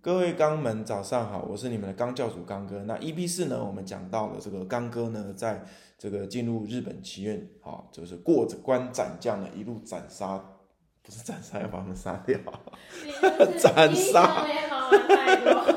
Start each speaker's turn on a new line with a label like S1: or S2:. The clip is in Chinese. S1: 各位钢们早上好，我是你们的钢教主刚哥。那 EP 四呢，我们讲到了这个刚哥呢，在这个进入日本棋院，好，就是过着关斩将呢，一路斩杀，不是斩杀，要把他们杀掉，
S2: 你就 是
S1: 斩杀
S2: 英雄联盟玩太多